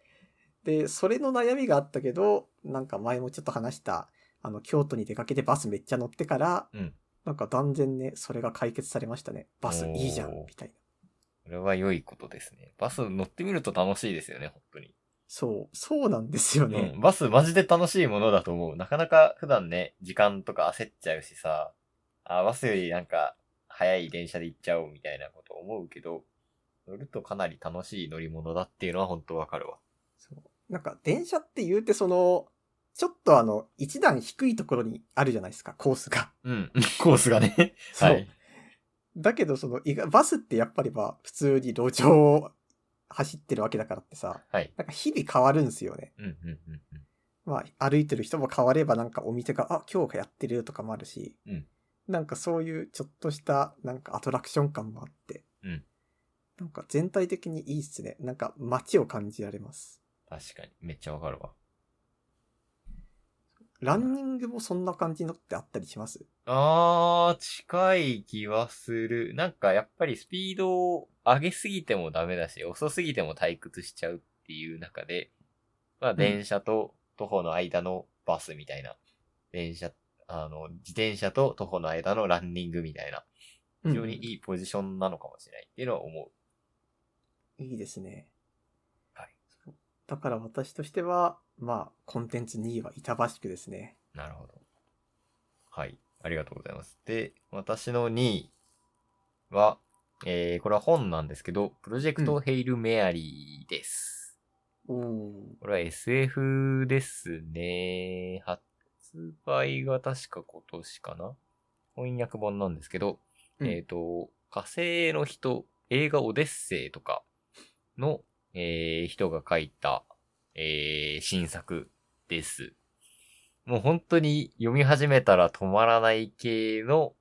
で、それの悩みがあったけど、なんか前もちょっと話した、あの、京都に出かけてバスめっちゃ乗ってから、うんなんか断然ね、それが解決されましたね。バスおーいいじゃん、みたいな。これは良いことですね。バス乗ってみると楽しいですよね、本当に。そう、そうなんですよね。うん、バスマジで楽しいものだと思う。なかなか普段ね、時間とか焦っちゃうしさ、あバスよりなんか早い電車で行っちゃおうみたいなこと思うけど、乗るとかなり楽しい乗り物だっていうのは本当わかるわ。そうなんか電車って言うてその、ちょっとあの、一段低いところにあるじゃないですか、コースが。うん、コースが ね。そう。はい。だけどその、意外バスってやっぱりまあ、普通に路上を走ってるわけだからってさ、はい。なんか日々変わるんですよね。うん、うん、うんうん。まあ、歩いてる人も変わればなんかお店が、あ、今日がやってるとかもあるし、うんなんかそういうちょっとしたなんかアトラクション感もあって、うんなんか全体的にいいっすね。なんか街を感じられます。確かに。めっちゃわかるわ。ランニングもそんな感じのってあったりしますあー、近い気はする。なんかやっぱりスピードを上げすぎてもダメだし、遅すぎても退屈しちゃうっていう中で、まあ電車と徒歩の間のバスみたいな、電車、あの、自転車と徒歩の間のランニングみたいな、非常にいいポジションなのかもしれないっていうのは思うんいいですね。はいそう。だから私としては、まあ、コンテンツ2位は板橋区ですね。う。なるほど。はい。ありがとうございます。で、私の2位は、えー、これは本なんですけど、プロジェクトヘイルメアリーです。おお。これは SF ですね。発売が確か今年かな翻訳本なんですけど、うんえっ、と、火星の人、映画オデッセイとかの、えー人が書いた、えー新作です。もう本当に読み始めたら止まらない系の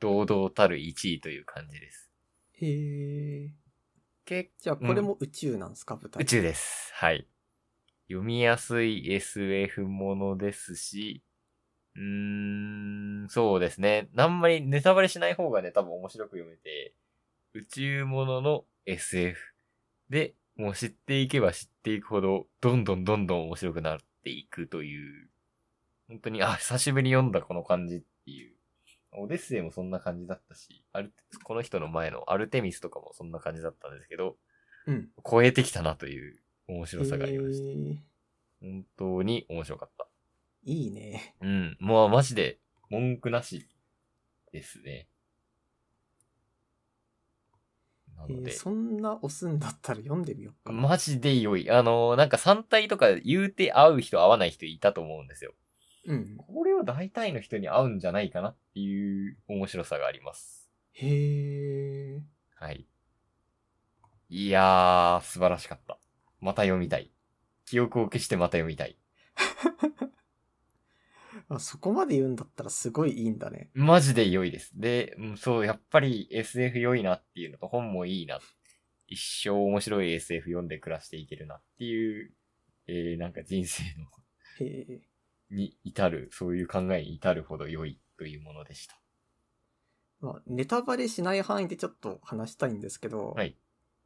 堂々たる1位という感じです。へえ。結じゃあ、これも宇宙なんですか、舞台。宇宙です。はい。読みやすい SF ものですし、うーん、そうですね。あんまりネタバレしない方がね、多分面白く読めて、宇宙ものの SF で、もう知っていけば知っていくほど、どんどんどんどん面白くなっていくという、本当に、あ、久しぶりに読んだこの感じっていうオデッセイもそんな感じだったし、アルこの人の前のアルテミスとかもそんな感じだったんですけど、うん。超えてきたなという面白さがありました。えー本当に面白かった。いいね。うん。もうマジで文句なしですね。なえのーで、そんな押すんだったら読んでみようかな。マジで良い。あのーなんか3体とか言うて合う人合わない人いたと思うんですよ。うん。これは大体の人に合うんじゃないかなっていう面白さがあります。へえ。はい。いやー、素晴らしかった。また読みたい。記憶を消してまた読みたい。あそこまで言うんだったらすごいいいんだね。マジで良いです。で、うんそう、やっぱり SF 良いなっていうのと本もいいな。一生面白い SF 読んで暮らしていけるなっていう、えー、なんか人生の、へえ。に至る、そういう考えに至るほど良いというものでした。まあ、ネタバレしない範囲でちょっと話したいんですけど、はい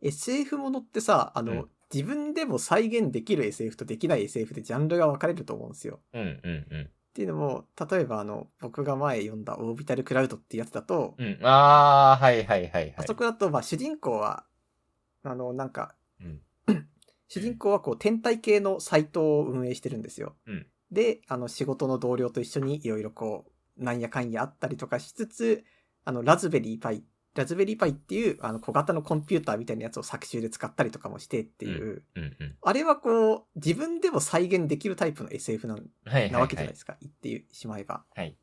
SF ものってさ、あの、うん自分でも再現できる SF とできない SF でジャンルが分かれると思うんですよ。うんうんっていうのも、例えばあの、僕が前読んだオービタルクラウドっていうやつだと、うん。うん。あー、はいはいはいはあいそ。こだと、まあ主人公は、あの、なんか、うん。 主人公はこう天体系のサイトを運営してるんですよ。うんで、あの仕事の同僚と一緒にいろいろこう、なんやかんやあったりとかしつつ、あのラズベリーパイ、ラズベリーパイっていうあの小型のコンピューターみたいなやつを作集で使ったりとかもしてっていう、うんうん。あれはこう、自分でも再現できるタイプの SF なんはいはい、はい。なわけじゃないですか、言ってしまえば。はい。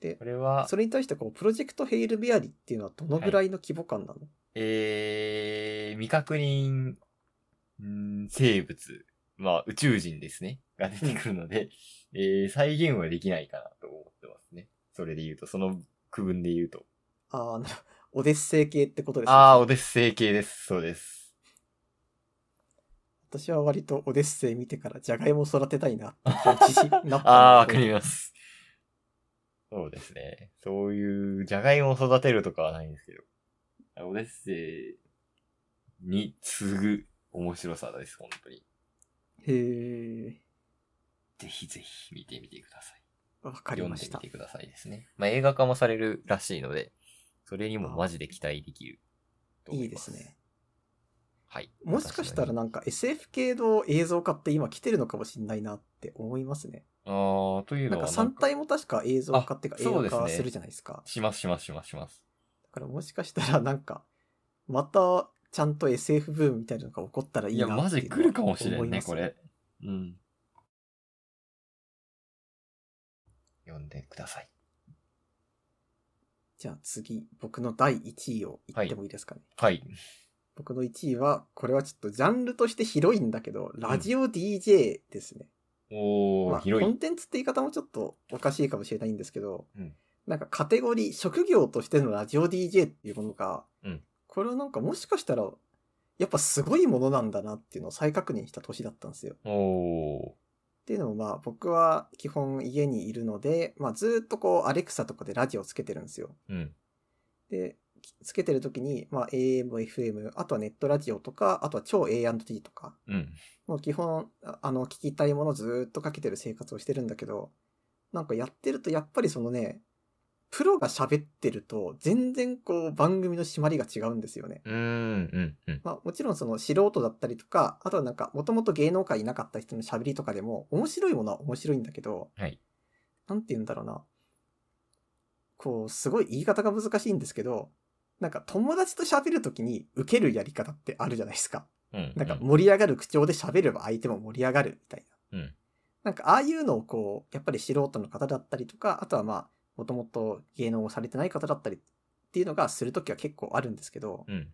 でこれは、それに対してこう、プロジェクトヘイルベアリっていうのはどのぐらいの規模感なの、えー、未確認、んー生物、まあ宇宙人ですね、が出てくるので、えー、再現はできないかなと思ってますね。それで言うと、その区分で言うと。ああの、オデッセイ系ってことですねあー、オデッセイ系です。そ うです。私は割とオデッセイ見てからジャガイモを育てたいなっていう気持ちになったんだけど。 あー、わかります。そうですね。そういう、じゃがいもを育てるとかはないんですけど、オデッセイに次ぐ面白さです、本当に。へえ、ぜひぜひ見てみてください。わかりました読んで。みてくださいですね。まあ、映画化もされるらしいので、それにもマジで期待できると思いいいでます。すね。。はい。もしかしたらな。なんか SF 系の映像化って今来てるのかもしれないなって思いますね。あー、というなんのかは3体も確か映像化っていうかあそう映ですね画化するじゃないですか。しますしますしますします。だからもしかしたらなんか、またちゃんと SF ブームみたいなのが起こったらいいいなや、っていうマジで来るかもしれ思んまね、すこれ。。うん。読んでください。じゃあ次、僕の第1位を言ってもいいですかね。はい。僕の1位は、これはちょっとジャンルとして広いんだけど、ラジオ DJ ですね。おまー、あ、広コいン。テンツって言い方もちょっとおかしいかもしれないんですけど、うんなんかカテゴリー、職業としてのラジオ DJ っていうものが、うんこれはなんかもしかしたら、やっぱすごいものなんだなっていうのを再確認した年だったんですよ。っおていうのもまあ僕は基本家にいるので、まあずーっとこうアレクサとかでラジオつけてるんですよ。ー。うん。で、つけてる時に、まあ AM、FM、あとはネットラジオとか、あとは超 A&T とか、うん。もう基本、ああの、聞きたいものずーっとかけてる生活をしてるんだけど、なんかやってるとやっぱりそのね、プロが喋ってると全然こう番組の締まりが違うんですよね。うーん、うん、うん。まあもちろんその素人だったりとか、あとはなんかもともと芸能界いなかった人の喋りとかでも面白いものは面白いんだけど、はいなんて言うんだろうな。こう、すごい言い方が難しいんですけど、なんか友達と喋るときに受けるやり方ってあるじゃないですか。うん。なんかう盛り上がる口調で喋れば相手も盛り上がるみたいな。うんなんかああいうのをこう、やっぱり素人の方だったりとか、あとはまあ、もともと芸能をされてない方だったりっていうのがするときは結構あるんですけど、うん。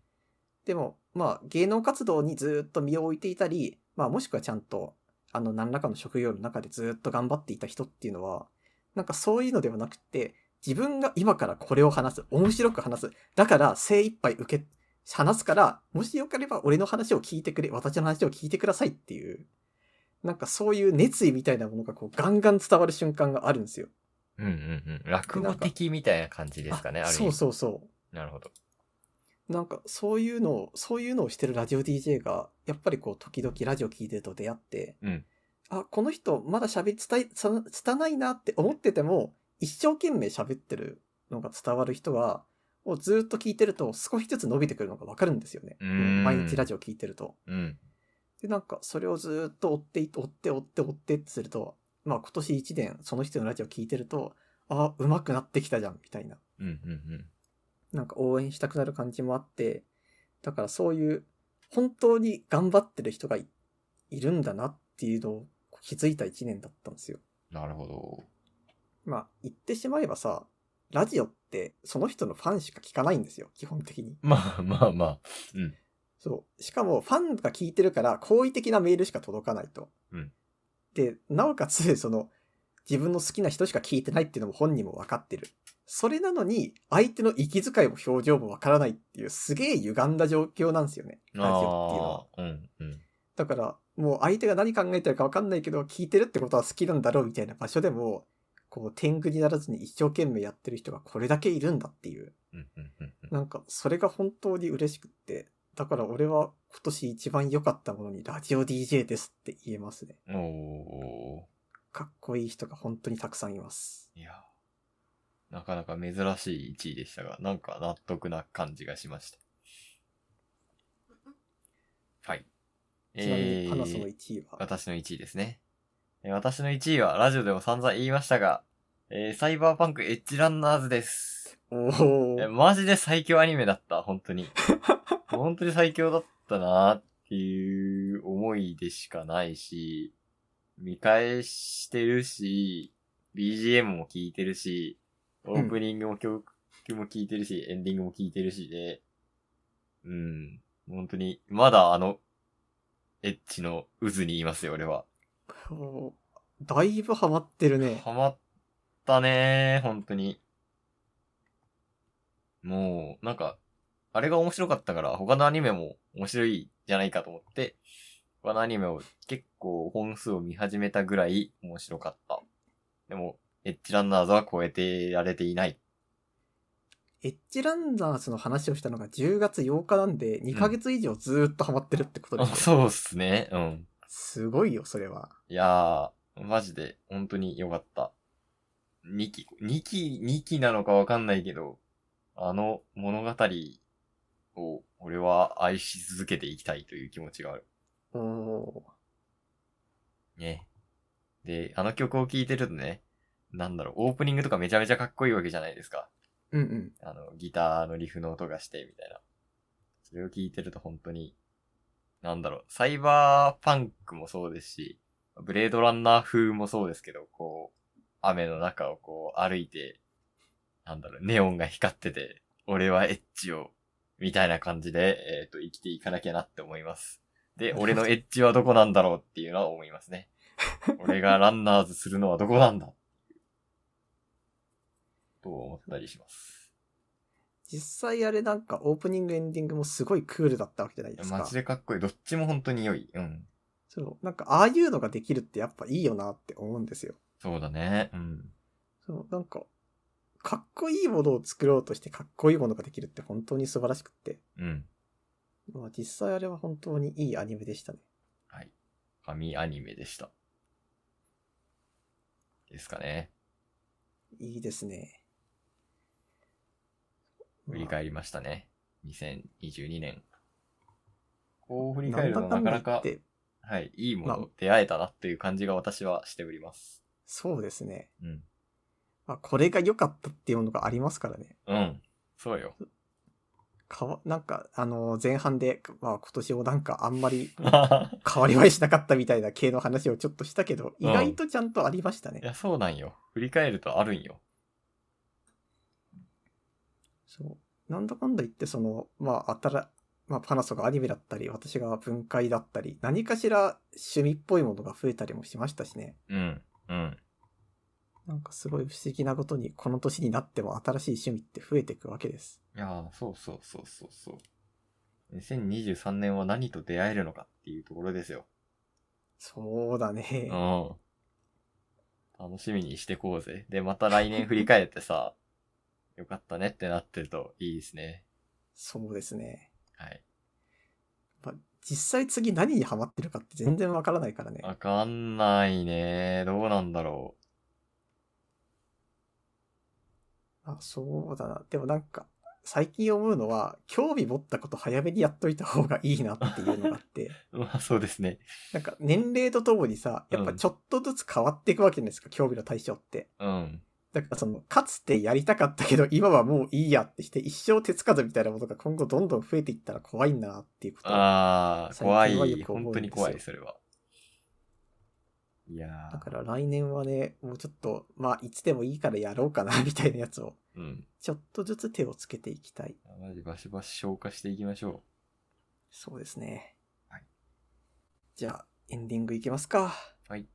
でもまあ芸能活動にずっと身を置いていたり、まあもしくはちゃんと、あの何らかの職業の中でずっと頑張っていた人っていうのは、なんかそういうのではなくて、自分が今からこれを話す、面白く話す、だから精一杯受け、話すから、もしよければ俺の話を聞いてくれ、私の話を聞いてくださいっていう、なんかそういう熱意みたいなものがこうガンガン伝わる瞬間があるんですよ。うん、うん、うん。落語的みたいな感じですかね、あある意そう味。そうそう。なるほど。なんかそういうのを、そういうのをしてるラジオ DJ が、やっぱりこう時々ラジオ聞いてると出会って、うんあ、この人まだ喋りつたい、つたないなって思ってても、一生懸命喋ってるのが伝わる人は、をずっと聞いてると少しずつ伸びてくるのがわかるんですよね。うん毎日ラジオ聞いてると。うん。で、なんか、それをずっと追ってい、追って、追って、追ってってすると、まあ今年1年、その人のラジオ聞いてると、ああ、上手くなってきたじゃん、みたいな。うん。うん。なんか応援したくなる感じもあって、だからそういう、本当に頑張ってる人がいいるんだなっていうのを気づいた1年だったんですよ。なるほど。まあ、言ってしまえばさ、ラジオってその人のファンしか聞かないんですよ、基本的に。まあまあまあ。そう。しかも、ファンが聞いてるから、好意的なメールしか届かないと。うんで、なおかつ、 その、自分の好きな人しか聞いてないっていうのも本人も分かってる。それなのに、相手の息遣いも表情も分からないっていう、すげえ歪んだ状況なんですよね。ラジオっていうのは。ああー。うん。うん。だから、もう相手が何考えてるか分かんないけど、聞いてるってことは好きなんだろうみたいな場所でも、こう、天狗にならずに一生懸命やってる人がこれだけいるんだっていう。うん。うん。うんうん。なんか、それが本当に嬉しくって。だから俺は今年一番良かったものにラジオ DJ ですって言えますね。おかっこいい人が本当にたくさんいます。ー。いや。なかなか珍しい1位でしたが、なんか納得な感じがしました。はい。ちなみえにーパナソの1位は。私の1位ですね。えー私の1位は、ラジオでも散々言いましたが、えーサイバーパンクエッジランナーズです。おえーー。マジで最強アニメだった、本当に。本当に最強だったなっていう思いでしかないし、見返してるし、BGM も聴いてるし、オープニングも曲も聴いてるし、エンディングも聴いてるしで、うん、本当に、まだあの、エッジの渦にいますよ、俺は。おーだいぶハマってるね。ハマったねー、本当に。もう、なんか、あれが面白かったから、他のアニメも面白いじゃないかと思って、他のアニメを結構本数を見始めたぐらい面白かった。でも、エッジランナーズは超えてられていない。 エッジランナーズの話をしたのが10月8日なんで、2ヶ月以上ずーっとハマってるってことであす、そうっすね、うん。すごいよ、それは。いやー、マジで、本当に良かった。2期、2期、2期なのかわかんないけど、あの物語を俺は愛し続けていきたいという気持ちがある。おー。ね。で、あの曲を聴いてるとね、なんだろう、オープニングとかめちゃめちゃかっこいいわけじゃないですか。うんうん。あの、ギターのリフの音がして、みたいな。それを聞いてると本当に、なんだろう、サイバーパンクもそうですし、ブレードランナー風もそうですけど、こう、雨の中をこう歩いて、なんだろう、ネオンが光ってて、俺はエッジを、みたいな感じで、えっ、と、生きていかなきゃなって思います。で、俺のエッジはどこなんだろうっていうのは思いますね。俺がランナーズするのはどこなんだと思ったりします。実際あれなんかオープニングエンディングもすごいクールだったわけじゃないですか。マジでかっこいい。どっちも本当に良い。うん。そう。なんかああいうのができるってやっぱいいよなって思うんですよ。そうだね。うん。そう。なんか、かっこいいものを作ろうとしてかっこいいものができるって本当に素晴らしくって。うん。まあ実際あれは本当にいいアニメでしたね。はい。神アニメでした。ですかね。いいですね。振りり、返りましたね。2022年。こう振り返るとんなだかんだなか言、ってはい、いいもまのあ出会えたなという感じが私はしております。そうですね。うん。まあこれが良かったっていうものがありますからね。うん。そうよ。かわ、なんか、あのー前半で、まあ今年もなんかあんまり い変わりはしなかったみたいな系の話をちょっとしたけど、うん意外とちゃんとありましたね。や、そうなんよ。振り返るとあるんよ。そう。なんだかんだ言って、その、まあ、あたら、まあ、パナソがアニメだったり、私が分解だったり、何かしら趣味っぽいものが増えたりもしましたしね。うん。うん。なんかすごい不思議なことに、この年になっても新しい趣味って増えていくわけです。いやー、そうそうそうそうそう。2023年は何と出会えるのかっていうところですよ。そうだね。うん。楽しみにしてこうぜ。で、また来年振り返ってさ、 よかったねってなってるといいですね。そうですね。はい。まあ、実際次何にハマってるかって全然わからないからね。わかんないね。どうなんだろあ、そうだな。でもなんか、最近思うのは、興味持ったこと早めにやっといた方がいいなっていうのがあって、まあそうですね。なんか年齢とともにさ、やっぱちょっとずつ変わっていくわけじゃないですか、興味の対象って。うん。だからその、かつてやりたかったけど、今はもういいやってして、一生手つかずみたいなものが今後どんどん増えていったら怖いなっていうこと。ああ、最近怖はよい。く思うん本当に怖い、ですそれは。いやだから来年はね、もうちょっと、まあ、いつでもいいからやろうかな、みたいなやつを、ー、うん。ちょっとずつ手をつけていきたい。マジバシバシ消化していきましょそうですね。はいじゃあ、エンディングいきますか。う。はい。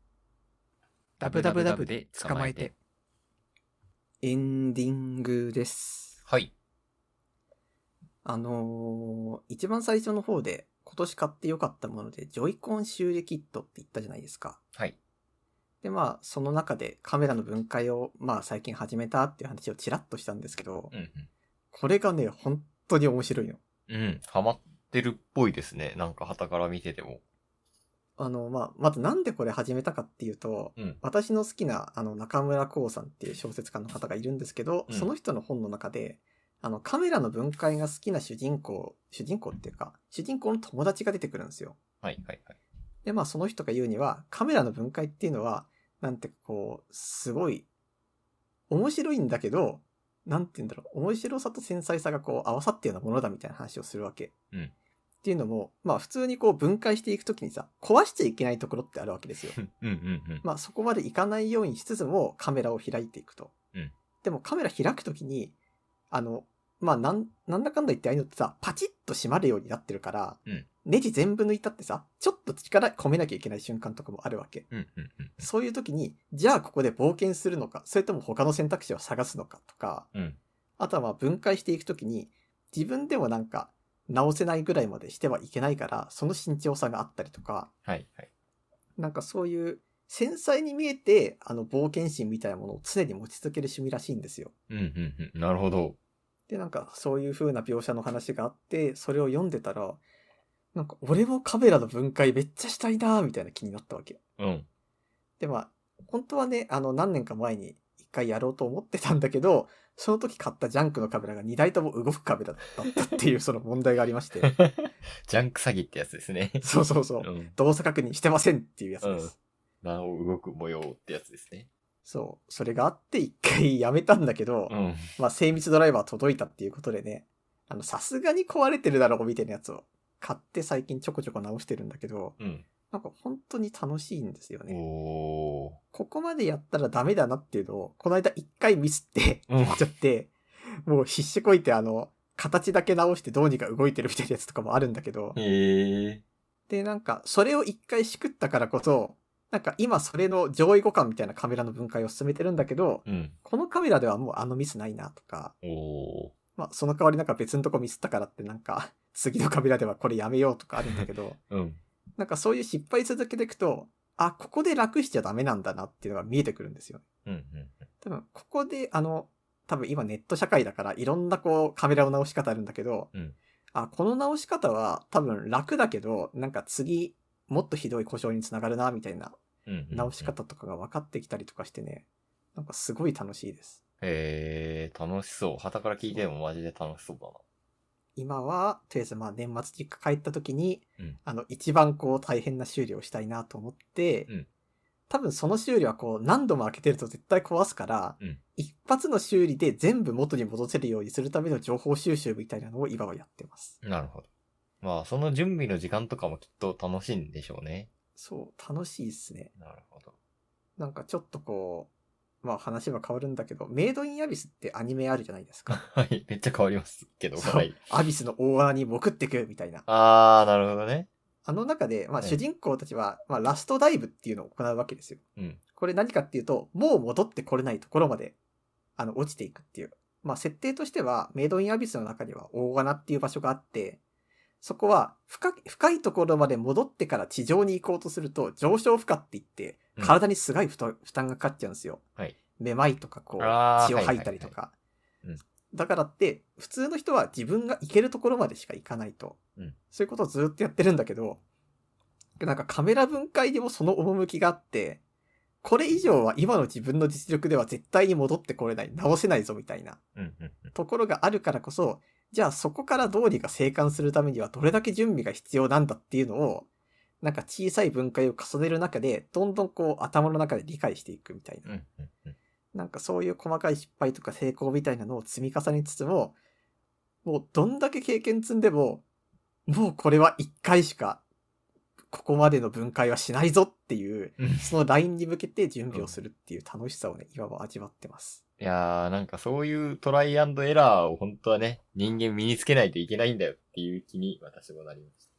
ダブダブダブで捕まえて。エンディングです。はい。あのー一番最初の方で、今年買って良かったもので、ジョイコン修理キットって言ったじゃないですか。はい。で、まあ、その中でカメラの分解を、まあ、最近始めたっていう話をちらっとしたんですけど、うんこれがね、本当に面白いの。うん。うん。ハマってるっぽいですね。なんか旗から見てても。あの、まあ、まずなんでこれ始めたかっていうと、うん私の好きな、あの、中村光さんっていう小説家の方がいるんですけど、うんその人の本の中で、あの、カメラの分解が好きな主人公、主人公っていうか、主人公の友達が出てくるんですよ。はいはいはい。で、まあ、その人が言うには、カメラの分解っていうのは、なんてこう、すごい、面白いんだけど、なんて言うんだろう、面白さと繊細さがこう、合わさったようなものだみたいな話をするわけ。うんっていうのも、まあ、普通にこう、分解していくときにさ、壊しちゃいけないところってあるわけですよ。 うんうんうん。まあ、そこまでいかないようにしつつも、カメラを開いていくと。うんでも、カメラ開くときに、あの、まあ、なん、なんだかんだ言ってああいうのってさ、パチッと閉まるようになってるから、うんネジ全部抜いたってさ、ちょっと力込めなきゃいけない瞬間とかもあるわけ。うんうんうん。そういう時に、じゃあここで冒険するのか、それとも他の選択肢を探すのかとか、うんあとはまあ分解していく時に、自分でもなんか直せないぐらいまでしてはいけないから、その慎重さがあったりとか、はいはい。なんかそういう繊細に見えて、あの冒険心みたいなものを常に持ち続ける趣味らしいんですよ。うんうんうん。なるほど。で、なんかそういう風な描写の話があって、それを読んでたら、なんか俺もカメラの分解めっちゃしたいなーみたいな気になったわけ。うん。で、まあ、本当はね、あの、何年か前に一回やろうと思ってたんだけど、その時買ったジャンクのカメラが2台とも動くカメラだったっていうその問題がありまして、 ジャンク詐欺ってやつですね。そうそうそうう、ん。動作確認してませんっていうやつです。うんなお動く模様ってやつですね。そう、それがあって一回やめたんだけど、うん。まあ、精密ドライバー届いたっていうことでね、あの、さすがに壊れてるだろうみたいなやつを買って最近ちょこちょこ直してるんだけど、うん。なんか本当に楽しいんですよね。おー。ここまでやったらダメだなっていうのを、この間一回ミスって、うんやっちゃって、もう必死こいてあの、形だけ直してどうにか動いてるみたいなやつとかもあるんだけど、へえ。で、なんか、それを一回しくったからこそ、なんか今それの上位互換みたいなカメラの分解を進めてるんだけど、うん。このカメラではもうあのミスないなとか、おー。まあ、その代わりなんか別のとこミスったからってなんか、 次のカメラではこれやめようとかあるんだけ ど、うん。なんかそういう失敗続けていくと、あ、ここで楽しちゃダメなんだなっていうのが見えてくるんですよ。うんうん。多分、ここで、あの、多分今ネット社会だからいろんなこうカメラを直し方あるんだけど、うんあ、この直し方は多分楽だけど、なんか次、もっとひどい故障につながるな、みたいなうんうんうん直し。方とかが分かってきたりとかしてね、なんかすごい楽しいです。へえ、楽しそう。旗から聞いてもマジで楽しそうだな。今は、とりあえずまあ年末実家帰った時に、うんあの一番こう大変な修理をしたいなと思って、うん多分その修理はこう何度も開けてると絶対壊すから、うん一発の修理で全部元に戻せるようにするための情報収集みたいなのを今はやってます。なるほど。まあ、その準備の時間とかもきっと楽しいんでしょうね。そう、楽しいっすね。なるほど。なんかちょっとこう、まあ話は変わるんだけど、メイドインアビスってアニメあるじゃない ですか。はい。めっちゃ変わりますけど、そうはい。アビスの大穴に潜ってくみたいな。あー、なるほどね。あの中で、まあうん主人公たちは、まあラストダイブっていうのを行うわけですよ。うん。これ何かっていうと、もう戻ってこれないところまで、あの、落ちていくっていう。まあ、設定としては、メイドインアビスの中には大穴っていう場所があって、そこは深く、深いところまで戻ってから地上に行こうとすると、上昇負荷って言ってう、ん体にすごい負担負担がかかっちゃうんですよ。はいめまいとか、こう、あー血を吐いたりとかいはいはい。だからって、普通の人は自分が行けるところまでしか行かないと。うんそういうことをずっとやってるんだけど、なんかカメラ分解でもその趣があって、これ以上は今の自分の実力では絶対に戻ってこれない、直せないぞみたいなうんうんうん。ところがあるからこそ、じゃあそこからどうにか生還するためにはどれだけ準備が必要なんだっていうのを、なんか小さい分解を重ねる中で、どんどんこう頭の中で理解していくみたいなう。んうんうん。なんかそういう細かい失敗とか成功みたいなのを積み重ねつつも、もうどんだけ経験積んでも、もうこれは一回しか、ここまでの分解はしないぞっていう、うんそのラインに向けて準備をするっていう楽しさをね、今は味わってます。いやー、なんかそういうトライアンドエラーを本当はね、人間身につけないといけないんだよっていう気に私もなりまし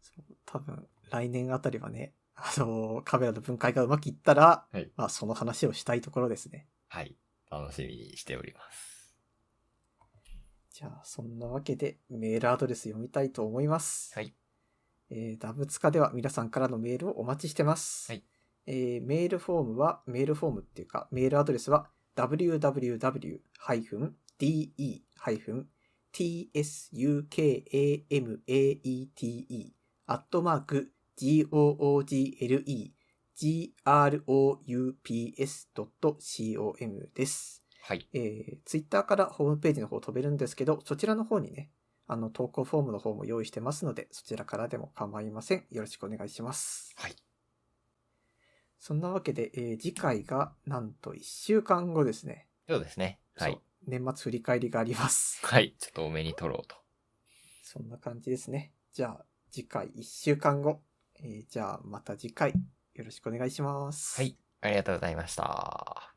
そう多分、来年あたりはね、あのーカメラの分解がうまくいったら、はいまあその話をしたいところですね。た。はい。楽しみにしております。じゃあ、そんなわけでメールアドレス読みたいと思います。はい。えーダブツカでは皆さんからのメールをお待ちしてます。はいえーメールフォームは、メールフォームっていうか、メールアドレスは、www-de-tsukamate アットマーク google-groups.com です。はい。えー、ツイッターからホームページの方飛べるんですけど、そちらの方にね、あの、投稿フォームの方も用意してますので、そちらからでも構いません。よろしくお願いします。はい。そんなわけで、えー次回がなんと1週間後ですね。そうですね。はいそう。。年末振り返りがあります。はい。ちょっと多めに撮ろうと。そんな感じですね。じゃあ、次回1週間後。えーじゃあ、また次回、よろしくお願いします。はい。ありがとうございました。